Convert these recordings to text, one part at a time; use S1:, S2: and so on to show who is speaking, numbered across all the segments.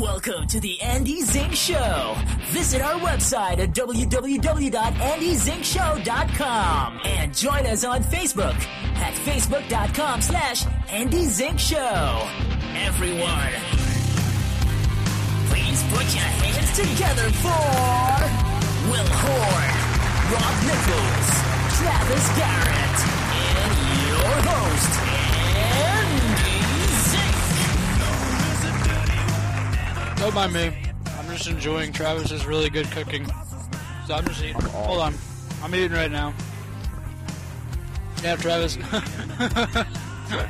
S1: Welcome to the Andy Zink Show. Visit our website at www.andyzinkshow.com and join us on Facebook at facebook.com slash Andy Zink Show. Everyone, please put your hands together for Will Horn, Rob Nichols, Travis Garrett, and your host, Andy Zink.
S2: Don't mind me. I'm just enjoying Travis's really good cooking. So I'm just eating. Hold on. I'm eating right now. Yeah, Travis. yeah,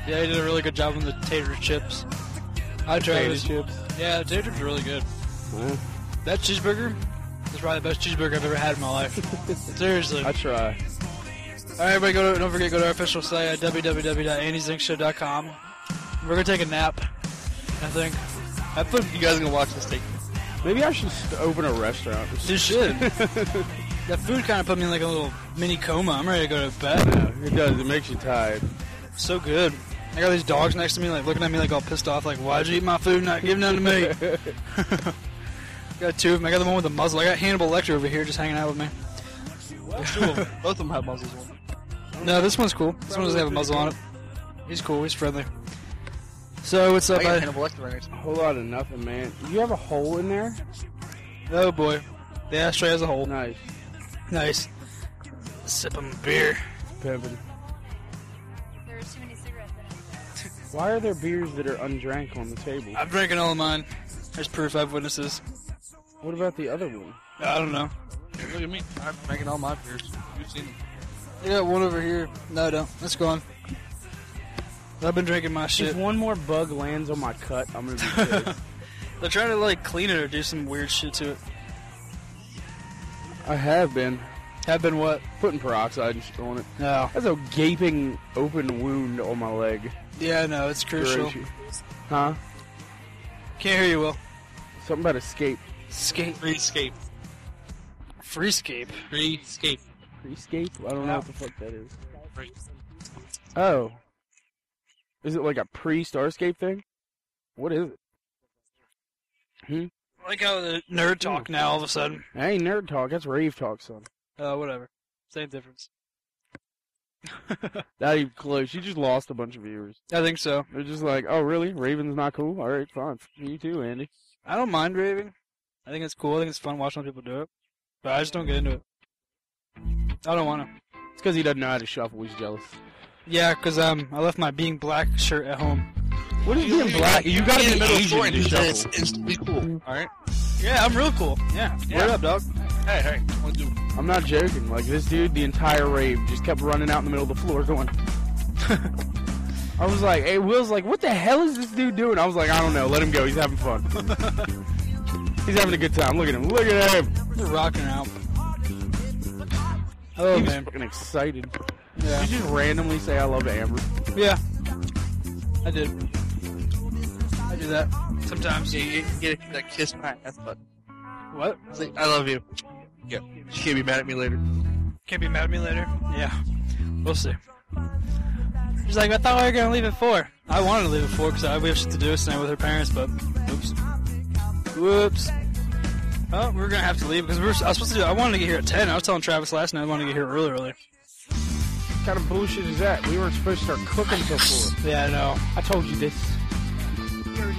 S2: he did a really good job on the tater chips. Hi, Travis.
S3: Potato chips.
S2: Yeah, the tater chips are really good. That cheeseburger is probably the best cheeseburger I've ever had in my life. Seriously.
S3: I try.
S2: All right, everybody, go to, don't forget go to our official site at www.andyzinkshow.com. We're gonna take a nap. I think. I think you guys are gonna watch this take
S3: Maybe I should st- open a restaurant.
S2: You should. that food kind of put me in like a little mini coma. I'm ready to go to bed.
S3: Yeah, it does. It makes you tired.
S2: So good. I got these dogs next to me, like looking at me like all pissed off, like why'd you eat my food? and Not give none to me. got two of them. I got the one with the muzzle. I got Hannibal Lecter over here just hanging out with me.
S3: Both of them have muscles.
S2: No, this one's cool. This one doesn't have a muzzle on it. He's cool. He's friendly. So what's up? bud?
S3: A whole lot of nothing, man. You have a hole in there?
S2: Oh boy, the ashtray has a hole.
S3: Nice.
S2: Nice. Sip on beer.
S3: Pimpin'.
S4: There's too many cigarettes in it.
S3: Why are there beers that are undrank on the table?
S2: I'm drinking all of mine. There's proof. I have witnesses.
S3: What about the other one?
S2: I don't know.
S5: Look at me. I'm making all my beers. You've seen them.
S2: I got one over here. No, I don't. Let's go on. I've been drinking my
S3: If
S2: shit.
S3: one more bug lands on my cut, I'm gonna be pissed.
S2: They're trying to like clean it or do some weird shit to it.
S3: I have been
S2: Have been what?
S3: putting peroxide and shit on it.
S2: No.
S3: That's a gaping open wound on my leg.
S2: Yeah, no, it's crucial.
S3: Gracious. Huh?
S2: Can't hear you, Will.
S3: Something about escape.
S2: Skate.
S5: Freescape.
S2: Freescape.
S5: Freescape.
S3: Escape? I don't know what the fuck that is.
S5: Right.
S3: Oh. Is it like a pre Starscape thing? What is it?
S2: I like how the nerd talk now all of a sudden.
S3: That ain't nerd talk, that's rave talk, son.
S2: Uh, whatever. Same difference.
S3: Not even close. You just lost a bunch of viewers.
S2: I think so.
S3: They're just like, oh, really? Raven's not cool? Alright, fine. F- You too, Andy.
S2: I don't mind raving. I think it's cool. I think it's fun watching other people do it. But I just don't get into it. I don't want to.
S3: It's because he doesn't know how to shuffle. He's jealous.
S2: Yeah, cause um, I left my being black shirt at home.
S3: What is being black? You gotta be Asian to shuffle.
S5: instantly cool. All right.
S2: Yeah, I'm real cool. Yeah.
S5: Yeah.
S2: Word up, dog.
S5: Hey, hey. What do?
S3: I'm not joking. Like, this dude, the entire rave, just kept running out in the middle of the floor going. I was like, hey, Will's like, what the hell is this dude doing? I was like, I don't know. Let him go. He's having fun. He's having a good time. Look at him. Look at him.
S2: They're rocking out. Oh
S5: Oh,
S3: he was
S2: man.
S3: fucking excited.
S2: Yeah.
S3: Did you just randomly say I love Amber?
S2: Yeah. I did. I do that sometimes.
S5: Yeah, you get that kiss on my ass butt.
S2: What?
S5: Say, I love you. Yeah. She can't be mad at me later.
S2: Can't be mad at me later. Yeah. We'll see. She's like, I thought we were gonna leave at four. I wanted to leave at four because I we have shit to do tonight with her parents, but oops, whoops. Oh, we we're gonna have to leave because we were. I was supposed to do. I wanted to get here at ten. I was telling Travis last night I wanted to get here early, early.
S3: What kind of bullshit is that? We weren't supposed to start cooking till four.
S2: Yeah, I know.
S3: I told you this.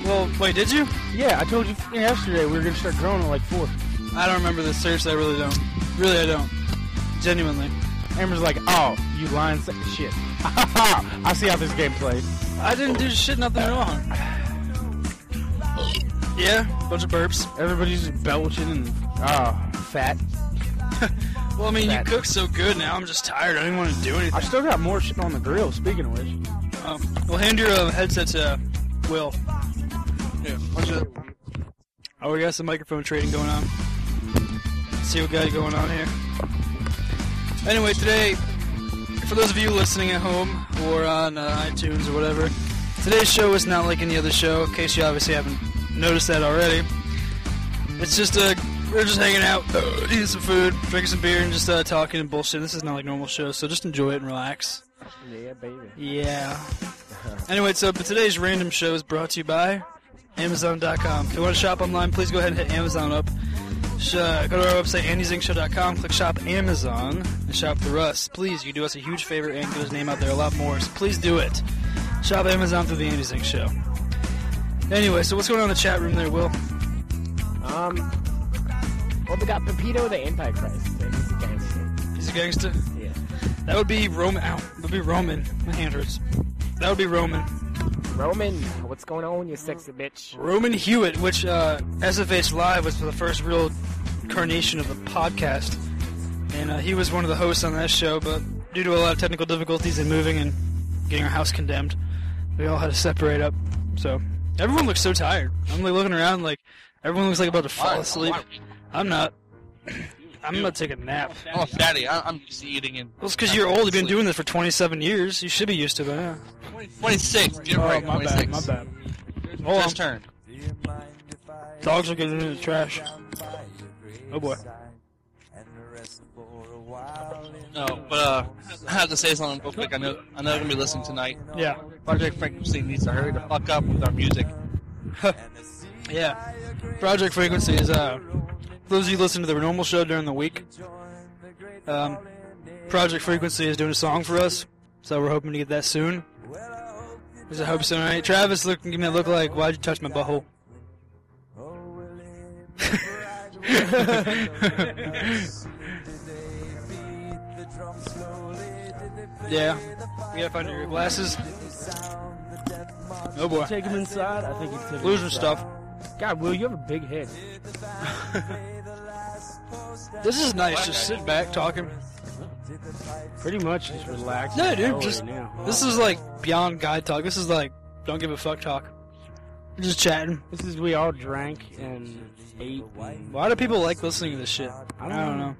S2: Well, wait, did you?
S3: Yeah, I told you f- yesterday we were gonna start growing at like four.
S2: I don't remember this. Seriously, I really don't. Really, I don't. Genuinely.
S3: Amber's like, oh, you lying sack of shit. I see how this game plays.
S2: I didn't do shit, nothing wrong. Yeah, bunch of burps.
S3: Everybody's just belching and ah, fat.
S2: Well, I mean, you
S3: Bad.
S2: cook so good now, I'm just tired. I don't even want to do
S3: I
S2: anything.
S3: still got more shit on the grill. Speaking of which,
S2: Um, well, hand your uh, headset to uh, Will.
S5: Yeah. What's up?
S2: Oh, we got some microphone trading going on. Let's see what got going on here. Anyway, today, for those of you listening at home or on uh, iTunes or whatever, today's show is not like any other show. In case you obviously haven't noticed that already, it's just uh, we're just hanging out, eating some food, drinking some beer, and just uh, talking and bullshit. This is not like normal shows, so just enjoy it and relax.
S3: yeah, baby.
S2: Yeah. anyway, so but today's random show is brought to you by Amazon.com. If you want to shop online, please go ahead and hit Amazon up. Sh- uh, go to our website, andyzingshow.com, click shop Amazon, and shop for us. Please, you do us a huge favor and get his name out there a lot more, so please do it. Shop Amazon through the Andy Zink Show. Anyway, so what's going on in the chat room there, Will?
S3: Um, well, we got Pepito the Antichrist. He's a gangster.
S2: He's a gangster.
S3: Yeah.
S2: That would be Roman. Ow, that would be Roman. My hand hurts. That would be Roman.
S3: Roman, what's going on, you sexy bitch?
S2: Roman Hewitt, which uh, SFH Live was the first real carnation of the podcast, and uh, he was one of the hosts on that show. But due to a lot of technical difficulties and moving and getting our house condemned, we all had to separate up. So everyone looks so tired. I'm like looking around, like everyone looks like about to fall asleep. I'm not. I'm about to take a nap.
S5: I'm a fatty. Oh, I, I'm just eating and.
S2: Well, it's because you're old. You've been doing this for 27 years. You should be used to it. Yeah.
S5: 26. Get right. 26.
S2: Oh, bad.
S5: First
S2: Oh, I'm-
S5: turn.
S2: dogs are getting in the trash. Oh boy.
S5: No, but uh, I have to say something real quick. I know, I know they're gonna be listening tonight.
S2: Yeah.
S5: Project Frequency needs to hurry the fuck up with our music.
S2: Yeah. Project Frequency is, uh, those of you listening to the normal show during the week, um, Project Frequency is doing a song for us, so we're hoping to get that soon. There's a hope so, right? Travis looking at me look like, why'd you touch my butthole? yeah, we gotta find your glasses. Oh boy,
S3: Take him inside. I think he's
S2: losing stuff.
S3: God, Will, you have a big head.
S2: This is nice, just sitting back talking.
S3: Pretty much just relax.
S2: No,
S3: and
S2: dude,
S3: go
S2: just
S3: right now.
S2: this is like beyond guy talk. This is like don't give a fuck talk. Just chatting.
S3: This is we all drank and ate. and-
S2: Why do people like listening to this shit? I don't know.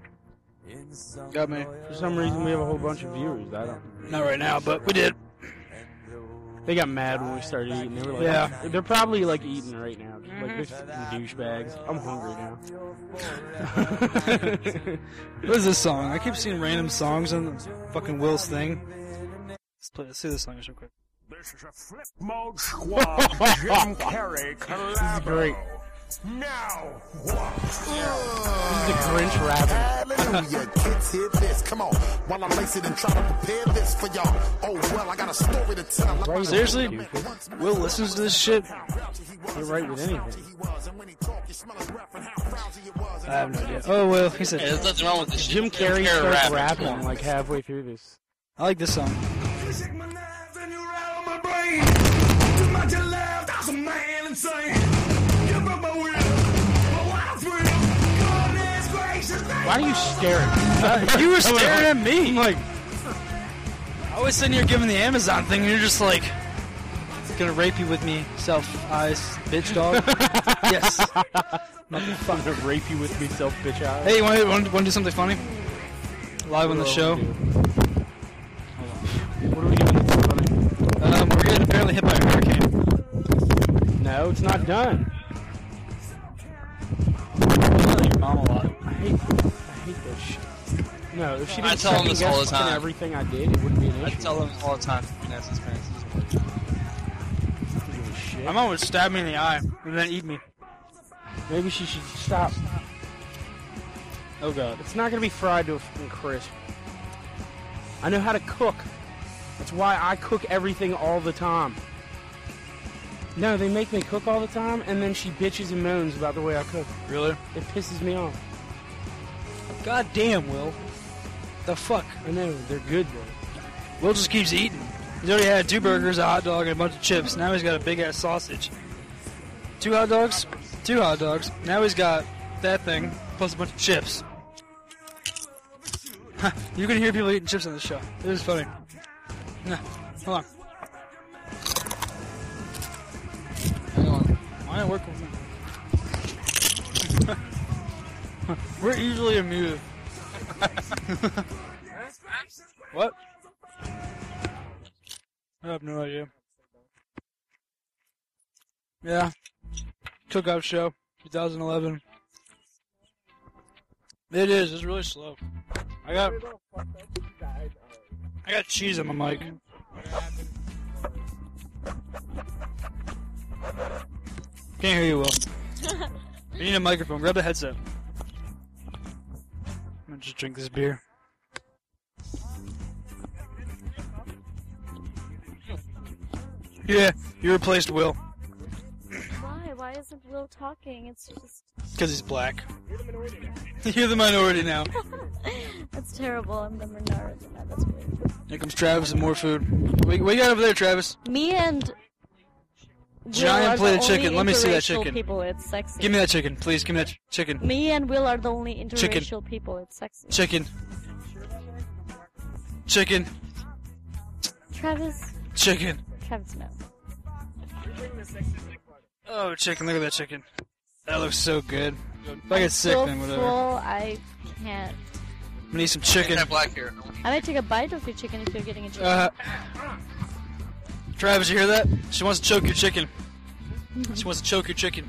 S2: Got me.
S3: For some reason, we have a whole bunch of viewers. I don't.
S2: Not right now, but we did.
S3: They got mad when we started eating. They were like,
S2: Yeah.
S3: they're probably like eating right now. Just like these fucking douchebags. I'm hungry now.
S2: What is this song? I keep seeing random songs on fucking Will's thing. Let's play. Let's see this song just real quick.
S6: This is a flip mode squad. Jim Carrey collabo.
S3: great.
S6: Now, what?
S3: The Grinch rapping.
S7: Hallelujah, kids hear this. Come on, while I lace it and try to prepare this for y'all. Oh well, I got a story to tell.
S2: Seriously, Will listens to this shit.
S3: You're right with anything.
S2: I have no idea. Oh well, he
S5: Yeah,
S2: said
S5: there's nothing wrong with this shit.
S3: Jim Carrey
S5: Carrey
S3: starts
S5: rapping.
S3: rapping, like halfway through this.
S2: I like this song.
S6: You shake my knives and you rattle my brain. Too much you left, I was a man insane. You broke my will, but what I feel. Goodness gracious,
S3: Why are you staring?
S2: You were staring at me. like, I was sitting here giving the Amazon thing, and you're just like, gonna rape you with me, self eyes, bitch dog. yes.
S3: I'm gonna rape you with me, self bitch out.
S2: Hey, you want to want to do something funny? Live on the show.
S3: What are we doing? That's funny.
S2: Um, we're getting apparently hit by a hurricane.
S3: No, it's not done.
S2: Your mom a lot.
S3: I hate, I hate this shit. No, if she didn't
S5: I tell him this
S3: second-guess
S5: all the
S3: fucking
S5: time.
S3: everything I did, it wouldn't be an
S5: I
S3: issue.
S5: tell them all the time. That's his parents.
S3: Give a shit.
S2: My mom would stab me in the eye and then eat me.
S3: Maybe she should stop.
S2: Oh god.
S3: It's not gonna be fried to a fucking crisp. I know how to cook. That's why I cook everything all the time. No, they make me cook all the time, and then she bitches and moans about the way I cook.
S2: Really?
S3: It pisses me off.
S2: God damn, Will. The fuck?
S3: I know they're good though.
S2: Will just keeps eating. He's already had two burgers, a hot dog, and a bunch of chips. Now he's got a big ass sausage. Two hot dogs, two hot dogs. Now he's got that thing plus a bunch of chips. Huh, you can hear people eating chips on the show. It is funny. Nah, hold on.
S5: Hang on.
S2: Why not work with me? We're easily amused. what? I have no idea. Yeah. Cookout show, 2011. It is. It's really slow. I got. I got cheese on my mic. Can't hear you, Will. you need a microphone. Grab the headset. I'm gonna just drink this beer. Yeah, you replaced Will
S4: Why? Why isn't Will talking? It's just
S2: because he's black. You're the minority now.
S4: that's terrible. I'm the minority now. That's weird.
S2: Here comes Travis and more food. What what you got over there, Travis?
S8: Me and Will
S2: Giant
S8: are the
S2: plate of
S8: only
S2: chicken. Let me see that
S8: interracial
S2: chicken.
S8: People, it's sexy.
S2: Give me that chicken, please. Give me that ch- chicken.
S8: Me and Will are the only interracial
S2: Chicken.
S8: people. It's sexy.
S2: Chicken. Chicken.
S8: Travis,
S2: Chicken.
S8: Travis, no.
S2: Oh, chicken. Look at that chicken. That looks so good. If I get sick,
S8: so
S2: then whatever. I'm
S8: full, I can't.
S2: gonna need some chicken.
S5: That black hair.
S8: I might take a bite of your chicken if you're getting a chicken.
S2: Uh, Travis, you hear that? She wants to choke your chicken. She wants to choke your chicken.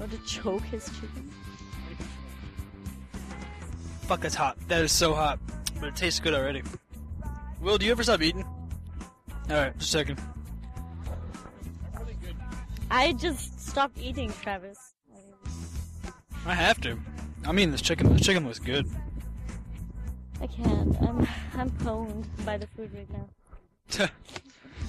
S8: Want to choke his chicken?
S2: Fuck, that's hot. That is so hot. But it tastes good already. Will, do you ever stop eating? Alright, just a second.
S8: I just stopped eating, Travis.
S2: I have to. I mean, this chicken, this chicken looks good.
S8: I can't. I'm I'm pwned by the food right now.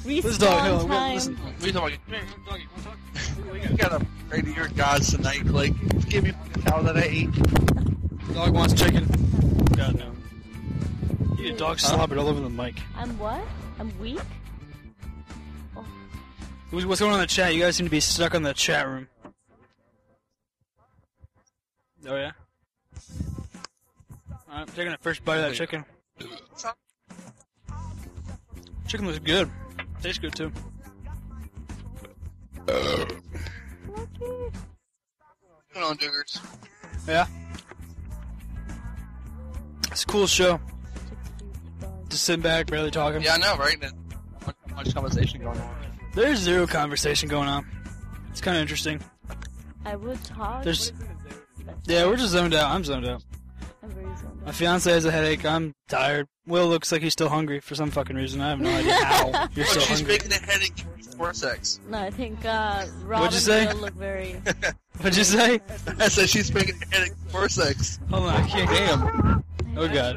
S2: This dog, hold
S8: Respawn
S2: on,
S8: time.
S2: Will, listen.
S5: We talking. You gotta pray to your gods tonight, Blake. Give me the cow that I ate.
S2: Dog wants chicken. God, no. You dog slobbered all over the mic.
S8: I'm what? I'm weak.
S2: Who's- What's going on in the chat? You guys seem to be stuck on the chat room. Oh yeah. Alright, I'm taking the first bite of that chicken. Chicken looks good. Tastes good too.
S5: Come on, Diggers.
S2: Yeah. It's a cool show. Just sitting back, barely talking.
S5: Yeah, I know, right? There's Much, much conversation going on.
S2: There's zero conversation going on. It's kind of interesting.
S8: I would talk.
S2: There's. Yeah, we're just zoned out. I'm zoned out.
S8: I'm very zoned
S2: My
S8: out.
S2: fiance has a headache. I'm tired. Will looks like he's still hungry for some fucking reason. I have no idea how. You're
S5: Look,
S2: so
S5: she's
S2: hungry.
S5: making a headache for sex.
S8: No, I think uh, Rob
S2: What'd you
S8: and
S2: say?
S8: Will look very.
S2: What'd you say?
S5: I said she's making a headache for sex.
S2: Hold on, I can't hear him. Oh god.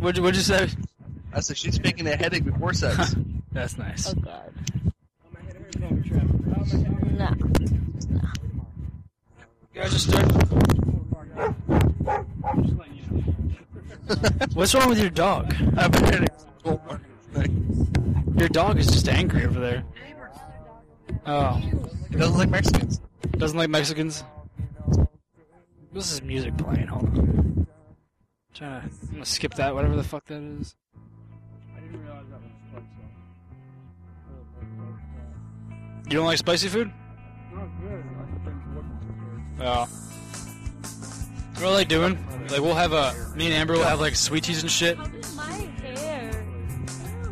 S2: What'd you, what'd you say?
S5: I said she's making a headache before sex.
S2: That's nice.
S8: Oh god. Nah.
S2: You guys just start. What's wrong with your dog?
S5: I have a headache. Oh, my-
S2: Your dog is just angry over there. Oh,
S5: It doesn't like Mexicans.
S2: doesn't like Mexicans. This is music playing. Hold on. Trying to, I'm gonna skip that. Whatever the fuck that is. You don't like spicy food? Oh. What I like doing? Like we'll have a me and Amber will have like sweet teas and shit.
S8: How did my hair?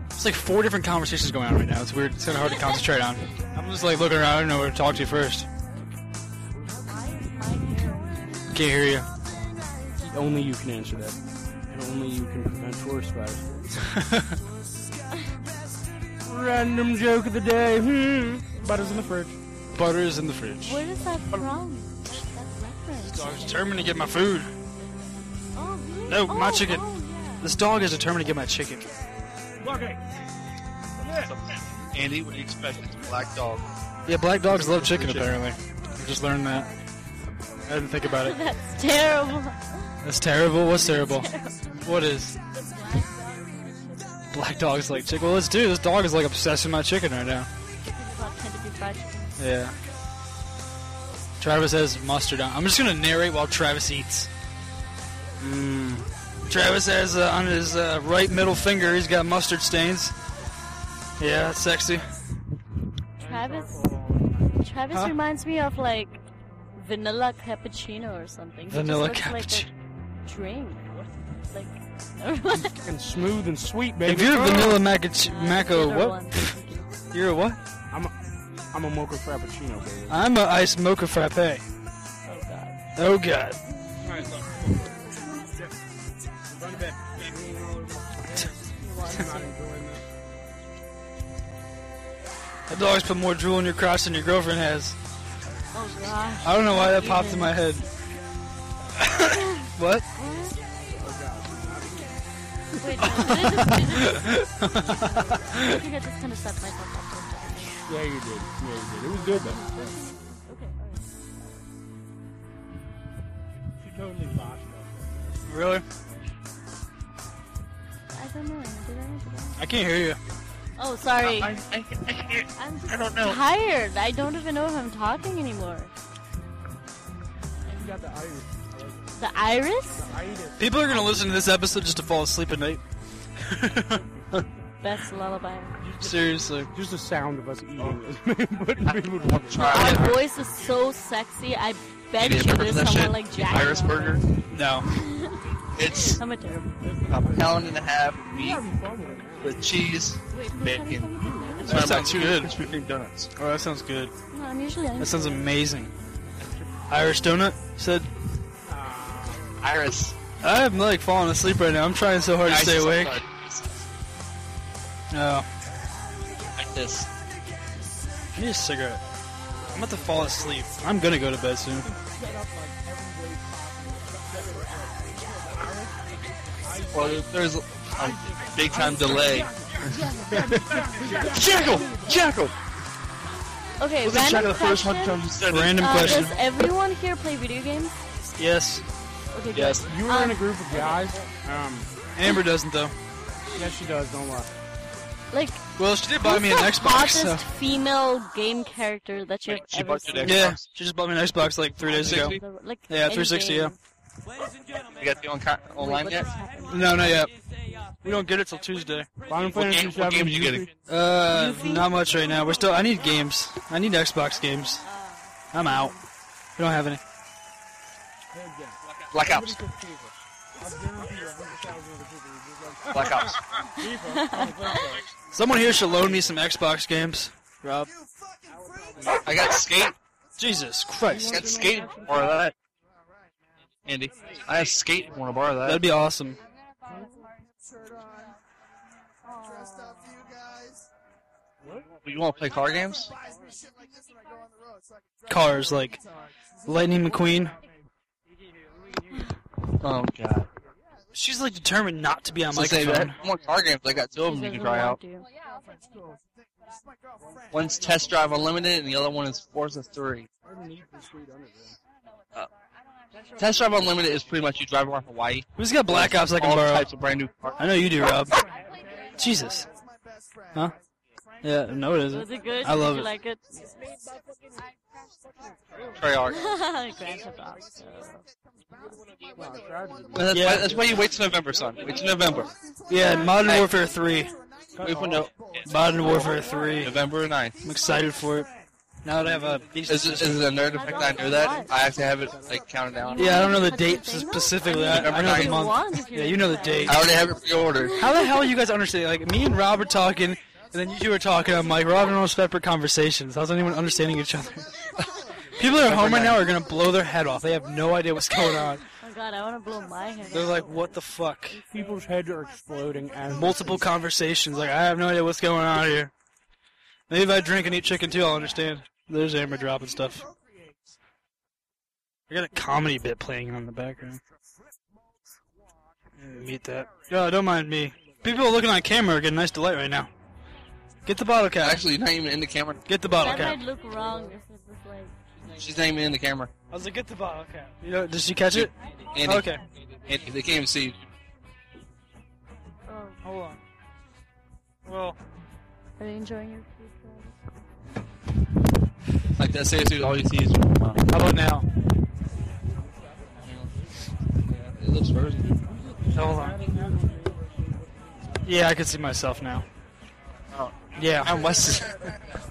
S2: It's like four different conversations going on right now. It's weird. It's kind of hard to concentrate on. I'm just like looking around. I don't know where to talk to first.
S8: Why is my hair?
S2: Can't hear you.
S3: Only you can answer that. And only you can prevent forest fires. Random joke of the day. Hmm. Butters in the fridge.
S2: Butter's in the fridge.
S8: Where is that from? That reference.
S2: I was determined to get my food.
S8: Oh, really?
S2: No, my
S8: Oh,
S2: chicken.
S8: Oh, yeah.
S2: This dog is determined to get my chicken.
S5: Andy, what do you expect? It's a black dog.
S2: Yeah, black dogs love chicken apparently. I just learned that. I didn't think about it.
S8: That's terrible.
S2: That's terrible. What's terrible? What is? Black dogs like chicken. Well, let's do. This dog is like obsessed with my chicken right now.
S8: It's not tend to be fried chicken.
S2: Yeah. Travis has mustard on. I'm just gonna narrate while Travis eats. Travis has uh, on his uh, right middle finger. He's got mustard stains. Yeah, that's sexy.
S8: Travis. Travis
S2: Huh?
S8: reminds me of like vanilla cappuccino or something. He just
S2: Vanilla
S8: looks
S2: cappuccino.
S8: Like a drink. Like. never mind.
S3: Fucking smooth and sweet, baby.
S2: If you're
S3: Oh.
S2: vanilla maca,
S8: Dinner
S2: maco, what?
S8: one.
S2: You're a what?
S3: I'm a, I'm a mocha frappuccino, baby.
S2: I'm a iced mocha frappe.
S8: Oh god.
S2: Oh god. That dog's put more drool in your crotch than your girlfriend has.
S8: Oh gosh.
S2: I don't know why that
S8: Even.
S2: popped in my head. what?
S8: Wait, no, did I just do this? I think I just kind of set myself up for a second.
S3: Yeah, you did. Yeah, you did. It was good though.
S8: Okay, alright.
S3: You totally lost.
S2: Really?
S8: I don't know. Did I? Did I?
S2: I can't hear you.
S8: Oh, sorry.
S5: I, I, I can't.
S8: I'm just
S5: I don't know.
S8: tired. I don't even know if I'm talking anymore.
S3: You got the iris.
S8: The iris?
S2: People are gonna listen to this episode just to fall asleep at night.
S8: Best lullaby.
S2: Seriously.
S3: Just the sound of us eating. but people would want
S5: Sorry.
S8: Our voice is so sexy. I bet
S5: Do
S8: you
S5: you remember
S8: there's
S5: that
S8: someone
S5: shit?
S8: like Jack.
S5: Iris Burger.
S2: No.
S5: It's
S8: I'm a terrible.
S5: a pound and a half of meat with cheese,
S8: Wait, who's
S5: Bacon.
S8: having fun with me?
S5: Sorry, my
S2: sounds
S5: two
S2: good.
S5: Krispy Kreme donuts.
S2: Oh, that sounds good.
S8: No, I'm usually
S2: That sounds amazing. Irish donut you said,
S5: Iris.
S2: "I'm like falling asleep right now. I'm trying so hard to stay
S5: Isis,
S2: awake."
S5: I'm
S2: No,
S5: sorry. Like this.
S2: give me a cigarette. I'm about to fall asleep. I'm gonna go to bed soon.
S5: Well, there's a big time delay. Jackal! Jackal!
S8: Okay,
S5: Was
S8: random
S5: the first one
S8: question.
S5: time you said it?
S2: Random
S8: Uh,
S2: question.
S8: does everyone here play video games?
S2: Yes.
S8: Okay, good.
S5: Yes.
S3: You were in a group of guys. Um,
S2: Amber doesn't though.
S3: yes, she does. Don't lie.
S8: Like,
S2: Well, she did buy
S8: who's
S2: me an
S8: the
S2: Xbox.
S8: hottest
S2: So.
S8: female game character that you've
S5: She
S8: ever
S5: bought you
S8: seen?
S5: the
S2: Yeah, she just bought me an Xbox like three days ago.
S5: 360?
S8: Like,
S2: Yeah,
S8: any
S2: 360, yeah.
S8: game.
S5: You got the on-
S8: Wait,
S5: online
S8: what
S5: yet?
S8: just happened?
S2: No, not yet. We don't get it till Tuesday.
S3: Final
S5: What
S3: Fantasy
S5: game, what
S3: VII,
S5: game you getting?
S2: Uh, not much right now. We're still. I need games. I need Xbox games. I'm out. We don't have any.
S5: Black Ops. Black Ops.
S2: Someone here should loan me some Xbox games. Rob.
S5: I got Skate.
S2: Jesus
S5: I
S2: Christ.
S5: got Skate. Borrow that. Andy. I have Skate. Want to borrow that?
S2: That'd be awesome.
S5: You want to play car games?
S2: Cars like Lightning McQueen.
S5: Oh, God.
S2: She's like determined not to be on
S5: So
S2: my
S5: say that.
S2: phone.
S5: I want car games. I got two of them
S8: She
S5: you can
S8: doesn't
S5: try out.
S8: want you.
S5: One's Test Drive Unlimited, and the other one is Forza 3. Uh, Test Drive Unlimited is pretty much you drive around Hawaii.
S2: Who's got Black Ops I can
S5: all
S2: borrow?
S5: types of brand new cars.
S2: I know you do, Rob. Jesus. Huh? Yeah, no, it
S8: Was
S2: isn't.
S8: it good?
S2: I love
S8: Did you
S2: it.
S8: like it?
S5: Treyarch.
S8: Grand Theft Auto.
S5: That's,
S2: Yeah.
S5: why, that's why you wait till November, son. Wait till November.
S2: Yeah, Modern
S5: Hey.
S2: Warfare 3.
S5: Wait for no,
S2: Modern Warfare 3.
S5: November 9th.
S2: I'm excited for it. Now that I have a decent
S5: Is it, is it a nerd effect? I know that. I have to have it like counted down.
S2: Yeah, I don't know the date specifically. I, I know the
S5: You
S8: want
S2: month.
S8: if you
S2: Yeah, you know the
S8: want.
S2: date.
S5: I already have it pre-ordered.
S2: How the hell you guys understand? Like me and Rob are talking, and then you two are talking. I'm like, we're having all separate conversations. How's anyone understanding each other? People at home right now are gonna blow their head off. They have no idea what's going on.
S8: Oh god, I want to blow my head.
S2: They're
S8: off.
S2: like, what the fuck?
S3: People's heads are exploding as
S2: Multiple conversations. Like I have no idea what's going on here. Maybe if I drink and eat chicken too, I'll understand. There's Amber dropping stuff. I got a comedy bit playing on in the background. Yeah, Meet that. Oh, don't mind me. People looking on camera are getting nice delight right now. Get the bottle cap.
S5: Actually, not even in the camera.
S2: Get the bottle
S8: That
S2: cap.
S8: might look wrong. This is just like.
S5: She's not even in the camera.
S2: I was like, get the bottle cap. You know, did she catch it?
S5: Andy,
S2: Okay.
S5: Andy, they can't even see. you.
S8: Oh,
S2: Hold on. Well,
S8: are you enjoying your food?
S5: Like that seriously, all you see is.
S2: how about now?
S5: It looks frozen.
S2: Hold on. Yeah, I can see myself now.
S5: Oh.
S2: Yeah.
S5: I'm West.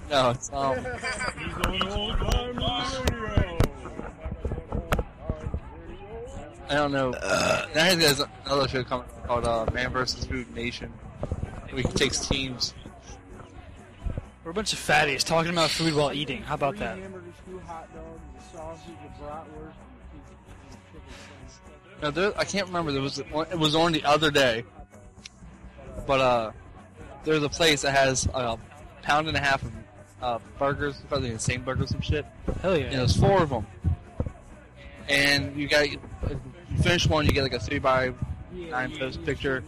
S5: no, it's um. I don't know. now he has another show coming called uh, Man vs. Food Nation. We takes teams.
S2: We're a bunch of fatties talking about food while eating. How about that?
S5: Now there, I can't remember. There was one- it was on the other day, but uh, there's a place that has a uh, pound and a half of uh, burgers, probably the same burgers and shit.
S2: Hell
S5: And there's four of them. And you got you finish one, you get like a three by nine post picture.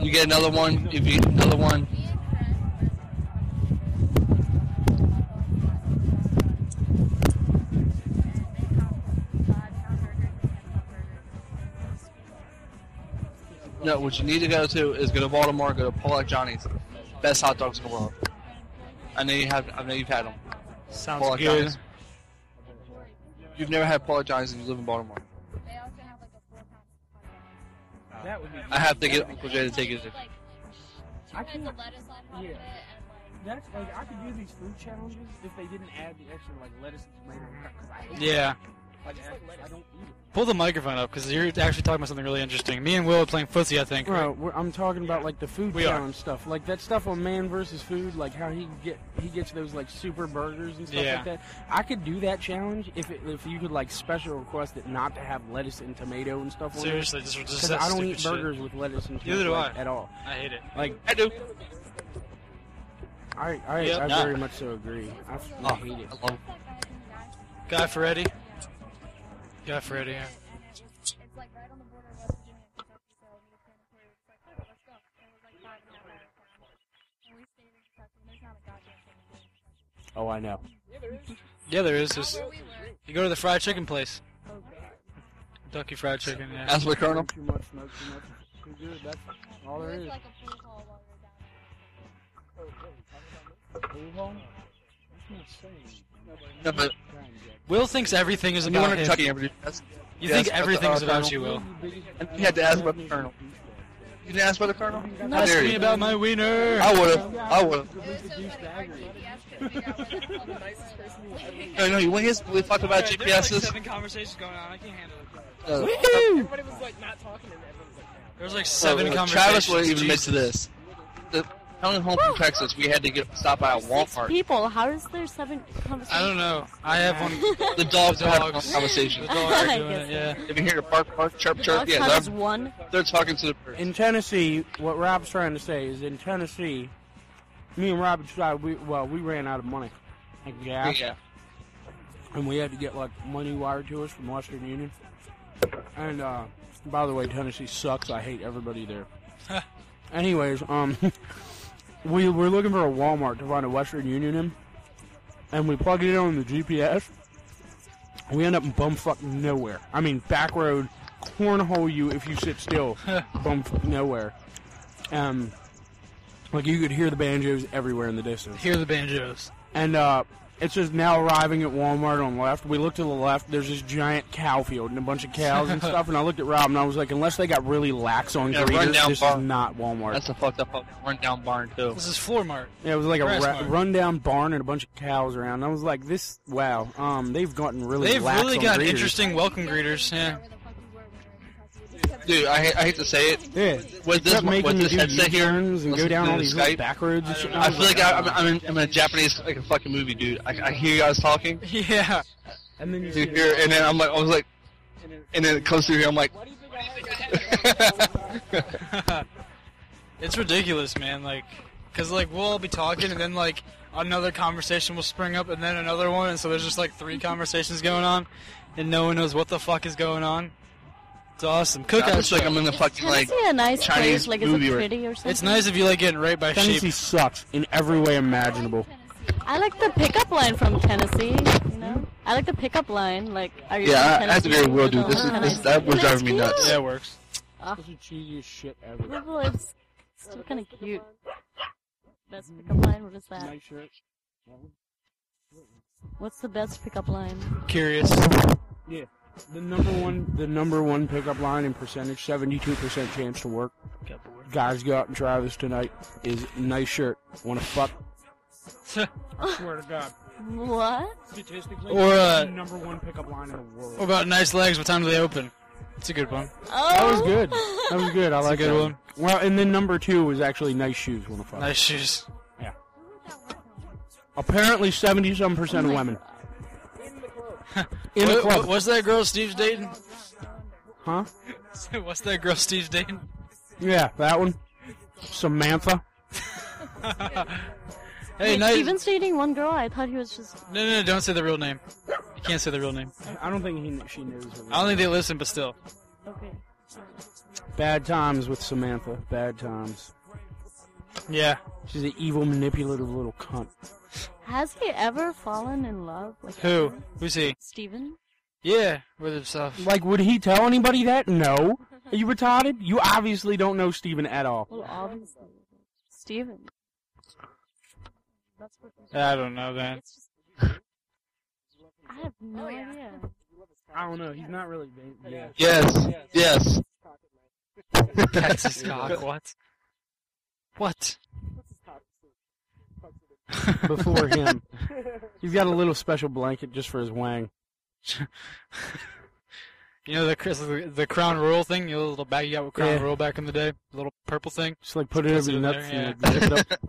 S5: You get another one. If you get another one, no, what you need to go to is go to Baltimore, go to Paul at Johnny's, best hot dogs in the world. I know you have. I know you've had them.
S2: Sounds
S5: Paul at
S2: good.
S5: Johnny's. You've never had Paul at Johnny's and you live in Baltimore.
S3: That would be.
S5: I have to get Uncle Jay to take it.
S3: I can't. Yeah. That's like I could do these food challenges if they didn't add the extra like lettuce and tomato. and crap, 'cause I hate
S2: Yeah.
S3: it. Like, I- I don't eat it.
S2: Pull the microphone up because you're actually talking about something really interesting. Me and Will are playing footsie, I think.
S3: Bro, we're, I'm talking about like the food
S2: We are.
S3: challenge stuff, like that stuff on Man versus Food, like how he get he gets those like super burgers and stuff
S2: Yeah.
S3: like that. I could do that challenge if it, if you could like special request it not to have lettuce and tomato and stuff. on it.
S2: Seriously, just just
S3: because
S2: that
S3: I don't
S2: stupid
S3: eat burgers with lettuce and tomato
S2: Neither do
S3: like,
S2: I.
S3: at all.
S2: Shit. I hate it.
S3: Like
S5: I do.
S3: I I,
S2: Yep.
S3: I
S2: Nah.
S3: very much so agree. I, f- I
S5: Oh, I
S3: hate it.
S5: love it.
S2: Guy Ferretti. Guy Ferretti. Yeah.
S3: Oh, I know.
S2: Yeah, there is. There's, you go to the fried chicken place. Kentucky Fried Chicken. Yeah.
S5: Ask for Colonel.
S3: Too much, smoke too much. Too good. That's all there is.
S5: No, but
S2: Will thinks everything is
S5: you went
S2: about
S5: to
S2: him.
S5: Kentucky. everybody- that's-
S2: You
S5: Yes,
S2: think
S5: but the-
S2: everything's
S5: uh,
S2: about
S5: Colonel.
S2: you, Will.
S5: And you had to ask about the Colonel. You didn't ask about the Colonel. How
S2: Ask
S5: dare
S2: me
S5: you?
S2: about my wiener.
S5: I would have. I would have. No, no, you went here. We talked about GPSs.
S2: conversations going on. I can't handle it.
S5: Uh,
S9: Everybody was like not talking, and everyone's like,
S2: There's like seven
S5: uh,
S2: conversations.
S5: Travis would even admit
S2: Jesus.
S5: to this. The, coming home from Texas, we had to get stop by a Walmart.
S8: people. How is there seven
S2: I
S8: conversations?
S2: don't know. I have one.
S5: The dogs are having
S2: Dogs.
S5: conversations.
S2: The dogs are
S8: I
S2: doing
S8: guess
S2: it. Yeah.
S5: If you hear a bark, bark, chirp, chirp,
S8: Dog
S5: yeah,
S8: count is
S5: they're,
S8: one.
S5: they're talking to the person.
S3: In Tennessee, what Rob's trying to say is in Tennessee, me and Rob decided we well we ran out of money, like gas,
S5: Yeah.
S3: and we had to get like money wired to us from Western Union. And uh, by the way, Tennessee sucks. I hate everybody there. Anyways, um, we were looking for a Walmart to find a Western Union in, and we plugged it in on the GPS. We end up in bumfuck nowhere. I mean, back road, cornhole you if you sit still, bumfuck nowhere. Um, like you could hear the banjos everywhere in the distance.
S2: Hear the banjos.
S3: And uh, it says now arriving at Walmart on left. We look to the left. There's this giant cow field and a bunch of cows and stuff. And I looked at Rob and I was like, unless they got really lax on
S5: Yeah,
S3: greeters,
S5: rundown
S3: this
S5: bar.
S3: is not Walmart.
S5: That's a fucked up fucking rundown barn too.
S2: This is Floor Mart.
S3: yeah, it was like a
S2: Grass
S3: ra-
S2: Mart.
S3: rundown barn and a bunch of cows around. And I was like, this wow. Um, they've gotten really
S2: They've
S3: lax
S2: really
S3: on
S2: got
S3: greeters.
S2: interesting welcome greeters. Yeah.
S5: Dude, I, hate- I hate to say it.
S3: Yeah.
S5: With this,
S3: Kept making
S5: with
S3: me
S5: this
S3: do
S5: headset here,
S3: U-turns and go
S5: listening
S3: down
S5: to
S3: all
S5: the
S3: these
S5: Skype,
S3: little back roads and shit.
S5: I
S3: was
S5: feel like I, I'm, I'm, in, I'm in a Japanese like a fucking movie, dude. I, I hear you guys talking,
S2: Yeah.
S3: and then you
S5: you hear, and then I'm like, I was like, and then it comes through here, I'm like,
S2: It's ridiculous, man. Like, cause like we'll all be talking, and then like another conversation will spring up, and then another one, and so there's just like three conversations going on, and no one knows what the fuck is going on. It's awesome.
S5: I
S2: Cookout.
S5: just like
S2: show.
S5: I'm in the fucking like.
S8: Tennessee a nice
S5: Chinese
S8: place? Like, is
S5: movie
S8: it
S5: or-
S8: pretty or something?
S2: It's nice if you like getting right by
S3: Tennessee
S2: sheep.
S3: sucks in every way imaginable.
S8: I like the pickup line from Tennessee. You know, I like the pickup line. Like, are you?
S5: Yeah, I,
S8: from
S5: I have to
S8: Tennessee?
S5: agree, will
S8: Little
S5: dude. This is this,
S8: Tennessee.
S5: that was driving me nuts.
S2: Yeah, it works.
S3: This is the cheesiest shit ever.
S8: Little, it's still kind of cute. Best pickup line. What is that?
S3: Nice shirt.
S8: What's the best pickup line?
S2: Curious.
S3: The number one, the number one pickup line in percentage, seventy-two percent chance to work. Guys, go out and try this tonight. Is nice shirt. Want to fuck? Swear to God,
S8: What?
S3: statistically,
S2: Or, uh,
S3: the number one pickup line in the world.
S2: What about nice legs? What time do they open? It's a good one.
S8: Oh,
S3: That was good. That was good. I like
S2: good
S3: that
S2: one.
S3: Well, and then number two was actually nice shoes. Want to fuck?
S2: Nice shoes.
S3: Apparently, seventy-some percent of women in the
S2: What-
S3: club.
S2: what- what's that girl Steve's dating?
S3: Huh?
S2: what's that girl Steve's dating?
S3: Yeah, that one. Samantha.
S2: Hey,
S8: Wait,
S2: nice-
S8: Steven's dating one girl. I thought he was just.
S2: No, no, no, don't say the real name. You can't say the real name.
S3: I don't think he, she knows. Her.
S2: I don't think they listen, but still.
S8: Okay.
S3: Bad times with Samantha. Bad times.
S2: Yeah.
S3: She's an evil, manipulative little cunt.
S8: Has he ever fallen in love with
S2: Who?
S8: her?
S2: Who's he?
S8: Steven?
S2: Yeah, with himself.
S3: Like, would he tell anybody that? No. Are you retarded? You obviously don't know Steven at all.
S8: Well, obviously. Steven. That's what
S2: I don't know that.
S8: I have no idea.
S3: I don't know. He's not really. ba- Yeah.
S5: Yes. Yes.
S2: Texas cock. What? What?
S3: Before him, he's got a little special blanket just for his wang.
S2: You know the Chris- the, the crown royal thing? You know the little bag you got with crown
S3: Yeah.
S2: royal back in the day? The little purple thing?
S3: Just like put it over
S2: it
S3: your
S2: in
S3: nuts
S2: there,
S3: and
S2: yeah.
S3: zip it up.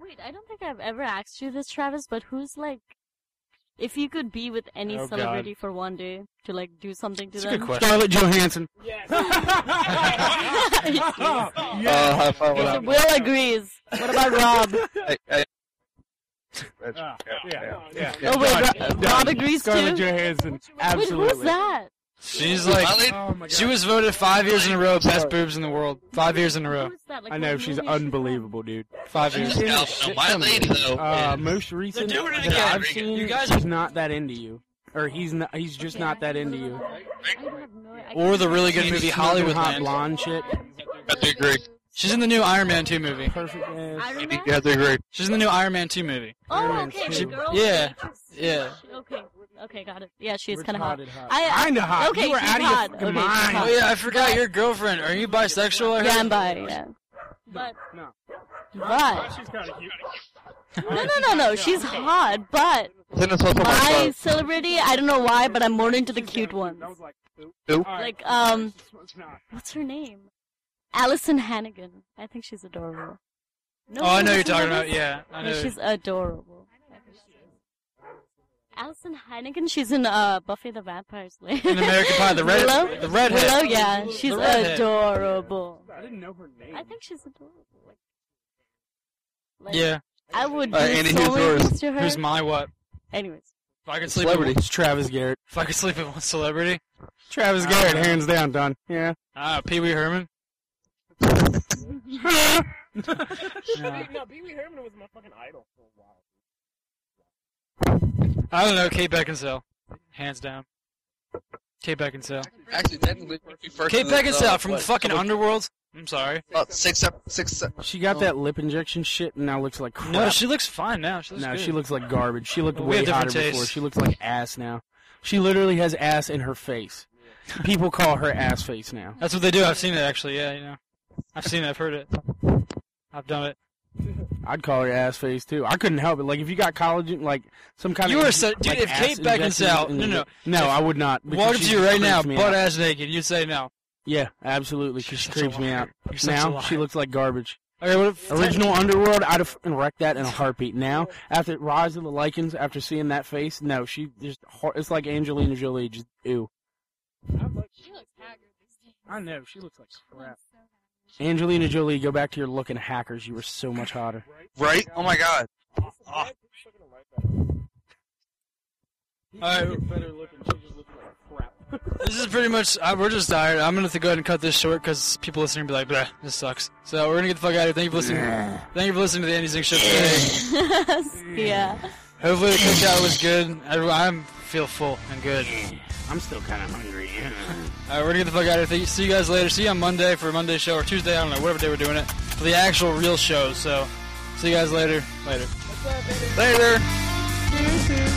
S8: Wait, I don't think I've ever asked you this, Travis, but who's like. If you could be with any
S3: Oh, God.
S8: celebrity for one day to like do something to them.
S3: Scarlett Johansson.
S5: Uh, high five
S8: Mr.
S5: without.
S8: Will agrees. What about Rob?
S5: Hey, hey.
S3: Ah,
S5: yeah.
S8: Oh, wait,
S3: Done.
S8: Rob-
S3: Done.
S8: Rob agrees
S3: Scarlett
S8: too?
S3: Johansson.
S8: Wait,
S3: Absolutely.
S8: who's that?
S2: She's like,
S3: Oh my God.
S2: she was voted five years in a row best boobs in the world. Five years in a row.
S8: Who's that? Like,
S3: I know
S8: what
S3: she's
S8: movie is she from?
S3: unbelievable, dude.
S2: Five years.
S3: She's in
S5: No,
S3: a shit
S5: no, my
S3: ton of
S5: lady,
S3: movies.
S5: though,
S3: Uh,
S5: is-
S3: most recent
S5: They're doing it
S3: that
S5: again.
S3: I've seen,
S2: You guys-
S3: she's not that into you, or he's not. He's just not that into you.
S8: I have no I
S2: Or the really good movie
S3: She's
S2: Hollywood
S3: hot
S2: Land.
S3: blonde shit.
S5: I have to agree.
S2: She's in the new Iron Man 2 movie.
S3: Perfect ass.
S8: Iron Man?
S5: You have to agree.
S2: She's in the new Iron Man 2 movie.
S8: Oh, okay.
S3: She-
S8: The girl
S2: yeah,
S8: Matrix.
S2: yeah.
S8: Okay, okay, got it. Yeah, she's
S3: We're
S8: kind of hot.
S3: retarded hot.
S8: I, uh,
S3: Kinda hot.
S8: Okay,
S3: You were
S8: she's
S3: out of your
S8: hot.
S3: fucking
S8: okay,
S3: mind.
S8: she's hot.
S2: Oh yeah, I forgot your girlfriend. Are you bisexual? I
S8: Yeah,
S2: heard?
S8: I'm bi, yeah. But,
S3: No.
S8: but,
S3: She's kind of cute. Oh
S8: no, no, no, no, she's hot, but
S5: Send us also my
S8: my
S5: phone.
S8: celebrity, I don't know why, but I'm more into the cute ones.
S5: Who?
S8: Like, um, what's her name? Allison Hannigan. I think she's adorable. No,
S2: Oh, I
S8: you
S2: know you're
S8: listen to
S2: talking about.
S8: this?
S2: Yeah, I
S8: Yeah,
S2: know.
S8: she's adorable. Alison Hannigan, she's in uh, Buffy the Vampire Slayer.
S2: In American Pie, the red,
S8: Willow?
S2: the redhead.
S8: Willow, yeah, she's
S2: The redhead.
S8: adorable.
S3: I didn't know her name.
S8: I think she's adorable. Like, like,
S2: Yeah.
S8: I would do
S5: Uh, Andy,
S8: so
S5: who's
S8: many
S5: yours?
S8: things to her.
S2: Who's my what?
S8: Anyways,
S2: If I could sleep, with,
S5: Celebrity.
S2: if
S3: It's Travis Garrett.
S2: I could sleep with one celebrity,
S3: Travis Garrett, hands down, done. Yeah.
S2: ah, Pee Wee Herman.
S3: Yeah.
S9: No, Pee Wee Herman was my fucking idol for a while.
S2: I don't know, Kate Beckinsale, hands down. Kate Beckinselle.
S5: Actually, technically, we first.
S2: Kate
S5: did this, uh,
S2: Beckinsale from the
S5: what,
S2: fucking
S5: couple-
S2: Underworld. I'm sorry.
S5: About six, ep- six. ep-
S3: She got that lip injection shit and now looks like crap.
S2: No, she looks fine now. She looks
S3: No,
S2: good.
S3: she looks like garbage. She looked
S2: Well, we
S3: way
S2: have
S3: hotter
S2: different
S3: before.
S2: tastes.
S3: She looks like ass now. She literally has ass in her face. People call her ass face now.
S2: That's what they do. I've seen it actually. Yeah, you know, I've seen it. I've heard it. I've done it.
S3: I'd call her ass face too. I couldn't help it. Like if you got collagen, like some kind
S2: You
S3: of
S2: are so- dude, if
S3: ass
S2: Kate
S3: injections
S2: Beckinsale-
S3: in
S2: no,
S3: your-
S2: no.
S3: no,
S2: If-
S3: I would not. because
S2: Walk up to
S3: she
S2: you right
S3: creeps
S2: now,
S3: me
S2: butt
S3: out.
S2: ass naked. You'd say no.
S3: Yeah, absolutely, because she
S2: You're such a
S3: creeps me
S2: liar.
S3: out.
S2: You're such a
S3: Now
S2: liar.
S3: she looks like garbage.
S2: Okay, what if
S3: Original Underworld, I'd have fucking wrecked that in a heartbeat. Now, after Rise of the Lycans, after seeing that face, no, she just hor- it's like Angelina Jolie, just ew. I know she looks like crap. Angelina Jolie, go back to your looking hackers. You were so much hotter.
S5: Right? Oh my god.
S2: All right. This is pretty much. Uh, we're just tired. I'm gonna have to go ahead and cut this short because people listening will be like, "Bleh, this sucks." So we're gonna get the fuck out of here. Thank you for listening. Thank you for listening to the Andy Zink Show today. Mm.
S8: yeah.
S2: Hopefully the cookout was good. I, am feel full and good.
S3: I'm still kind of hungry.
S2: All right, we're gonna get the fuck out of here. Thank you- See you guys later. See you on Monday for Monday show or Tuesday. I don't know. Whatever day we're doing it for the actual real show. So see you guys later. Later. Later.
S8: Doo-doo.